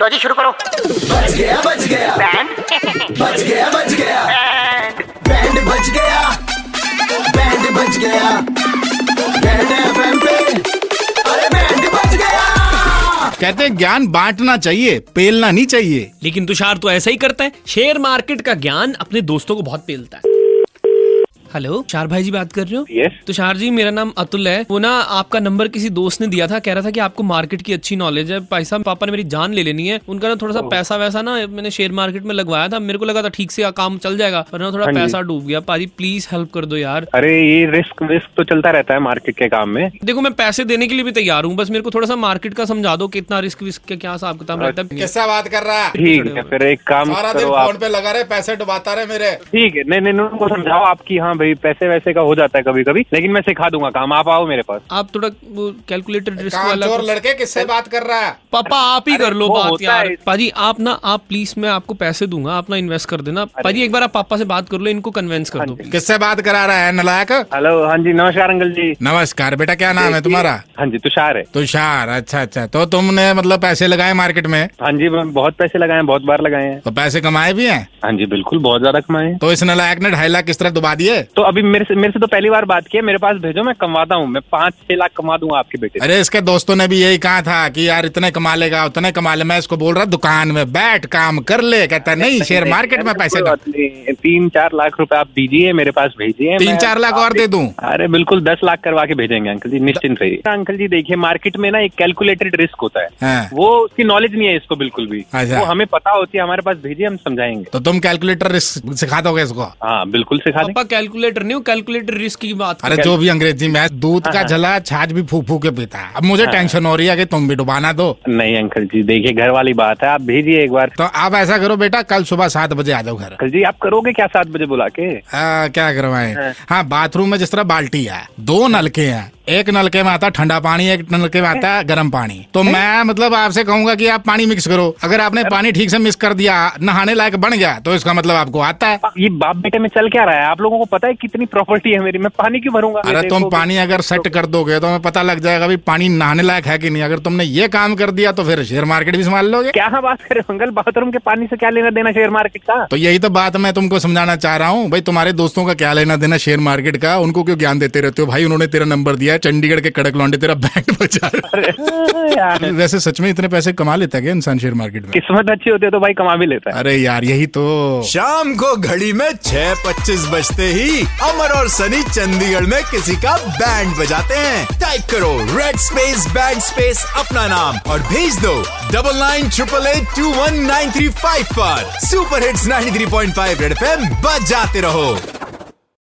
लो जी शुरू करो बच गया बच गया बैंड बच गया बच गया बैंड बच गया बैंड बच गया बैंड एफएम पे अरे बैंड बच गया कहते हैं ज्ञान बांटना चाहिए पेलना नहीं चाहिए लेकिन तुषार तो ऐसा ही करता है शेयर मार्केट का ज्ञान अपने दोस्तों को बहुत पेलता है हेलो तुषार भाई जी बात कर रहे हो Yes. तुषार जी मेरा नाम अतुल है वो ना आपका नंबर किसी दोस्त ने दिया था कह रहा था कि आपको मार्केट की अच्छी नॉलेज है पैसा पापा ने मेरी जान ले लेनी है उनका ना Oh. थोड़ा सा पैसा वैसा ना मैंने शेयर मार्केट में लगवाया था मेरे को लगा था ठीक से काम चल जाएगा पर ना थोड़ा हाँ जी। पैसा डूब गया पाजी प्लीज हेल्प कर दो यार अरे ये रिस्क विस्क तो चलता रहता है मार्केट के काम में देखो मैं पैसे देने के लिए भी तैयार हूँ बस मेरे को थोड़ा सा मार्केट का समझा दो कितना रिस्क विस्क का क्या हिसाब किताब रहता है कैसा बात कर रहा है ठीक है फिर एक काम हाँ। सारा दिन करो फोन आप पे लगा रहे पैसे डुबाता रहे मेरे ठीक है नहीं नहीं नहीं, उनको समझाओ आपकी हाँ भाई पैसे वैसे का हो जाता है कभी कभी लेकिन मैं सिखा दूंगा काम आप आओ मेरे पास आप थोड़ा वो कैलकुलेटेड रिस्क वाला कामचोर लड़के किससे बात कर रहा है पापा आप ही कर लो वो बात होता यार है। पाजी आप ना आप प्लीज मैं आपको पैसे दूंगा आप ना इन्वेस्ट कर देना पाजी एक बार आप पापा से बात कर लो इनको कन्वेंस कर हाँ दो किससे बात करा रहा है नलायक हेलो हाँ जी नमस्कार अंकल जी नमस्कार बेटा क्या नाम है तुम्हारा हाँ जी तुषार है तुषार अच्छा अच्छा तो तुमने मतलब पैसे लगाए मार्केट में हाँ जी मैं बहुत पैसे लगाए हैं बहुत बार लगाए हैं तो पैसे कमाए भी हैं हाँ जी बिल्कुल बहुत ज्यादा कमाए हैं तो इस नलायक ने ढाई लाख किस तरह डुबा दिए तो अभी मेरे से मेरे से तो पहली बार बात की है मेरे पास भेजो मैं कमाता हूँ मैं पाँच छह लाख कमा दूंगा आपके बेटे से। अरे इसके दोस्तों ने भी यही कहा था कि यार इतने कमा लेगा उतने कमा ले मैं इसको बोल रहा दुकान में बैठ काम कर ले कहता नहीं शेयर मार्केट में नहीं, पैसे कोई डाल बात नहीं। तीन चार लाख रुपए आप दीजिए मेरे पास भेजिए तीन मैं चार लाख और दे दूं अरे बिल्कुल दस लाख करवा के भेजेंगे अंकल जी निश्चिंत रहिए अंकल जी देखिए मार्केट में ना एक कैलकुलेटेड रिस्क होता है हाँ। वो उसकी नॉलेज नहीं है इसको बिल्कुल भी अच्छा। वो हमें पता होती है हमारे पास भेजिए हम समझाएंगे तो तुम कैलकुलेटर रिस्क सिखा दोगे इसको हाँ बिल्कुल सिखा दें पापा कैलकुलेटर नहीं कैलकुलेटर रिस्क की बात कर अरे जो भी अंग्रेजी में है हाँ, दूध का झला छाछ भी फूक फूक के पीता है अब मुझे टेंशन हो रही है कि तुम भी डुबाना दो नहीं अंकल जी देखिए घर वाली बात है आप भेजिए एक बार तो आप ऐसा करो बेटा कल सुबह सात बजे आ जाओ घर अंकल जी आप करोगे क्या सात बजे बुला के आ, क्या करवाए हाँ बाथरूम में जिस तरह बाल्टी है दो नलके हैं एक नलके में आता ठंडा पानी एक नलके में आता गर्म पानी तो मैं मतलब आपसे कहूंगा कि आप पानी मिक्स करो अगर आपने पानी ठीक से मिक्स कर दिया नहाने लायक बन गया तो इसका मतलब आपको आता है ये बाप बेटे में चल क्या रहा है आप लोगों को पता है कितनी प्रॉपर्टी है मेरी मैं पानी क्यों भरूंगा ये अरे तुम देखोगे। पानी अगर सेट कर दोगे तो हमें पता लग जाएगा भी पानी नहाने लायक है कि नहीं अगर तुमने ये काम कर दिया तो फिर शेयर मार्केट भी संभाल लोगे क्या बात कर रहे हो अंकल बाथरूम के पानी से क्या लेना देना शेयर मार्केट का तो यही तो बात मैं तुमको समझाना चाह रहा हूँ भाई तुम्हारे दोस्तों का क्या लेना देना शेयर मार्केट का उनको क्यों ज्ञान देते रहते हो भाई उन्होंने तेरा नंबर दिया है चंडीगढ़ के कड़क लौंडे तेरा बैंक बचा रहे हैं। यार वैसे सच में इतने पैसे कमा लेता है क्या इंसान शेयर मार्केट में किस्मत अच्छी होती है तो भाई कमा भी लेता है अरे यार यही तो शाम को घड़ी में छह पच्चीस बजते ही अमर और सनी चंडीगढ़ में किसी का बैंड बजाते हैं टाइप करो रेड स्पेस बैंड स्पेस अपना नाम और भेज दो double nine triple eight two one nine three five पर super hits 93.5 three point five red M बजाते रहो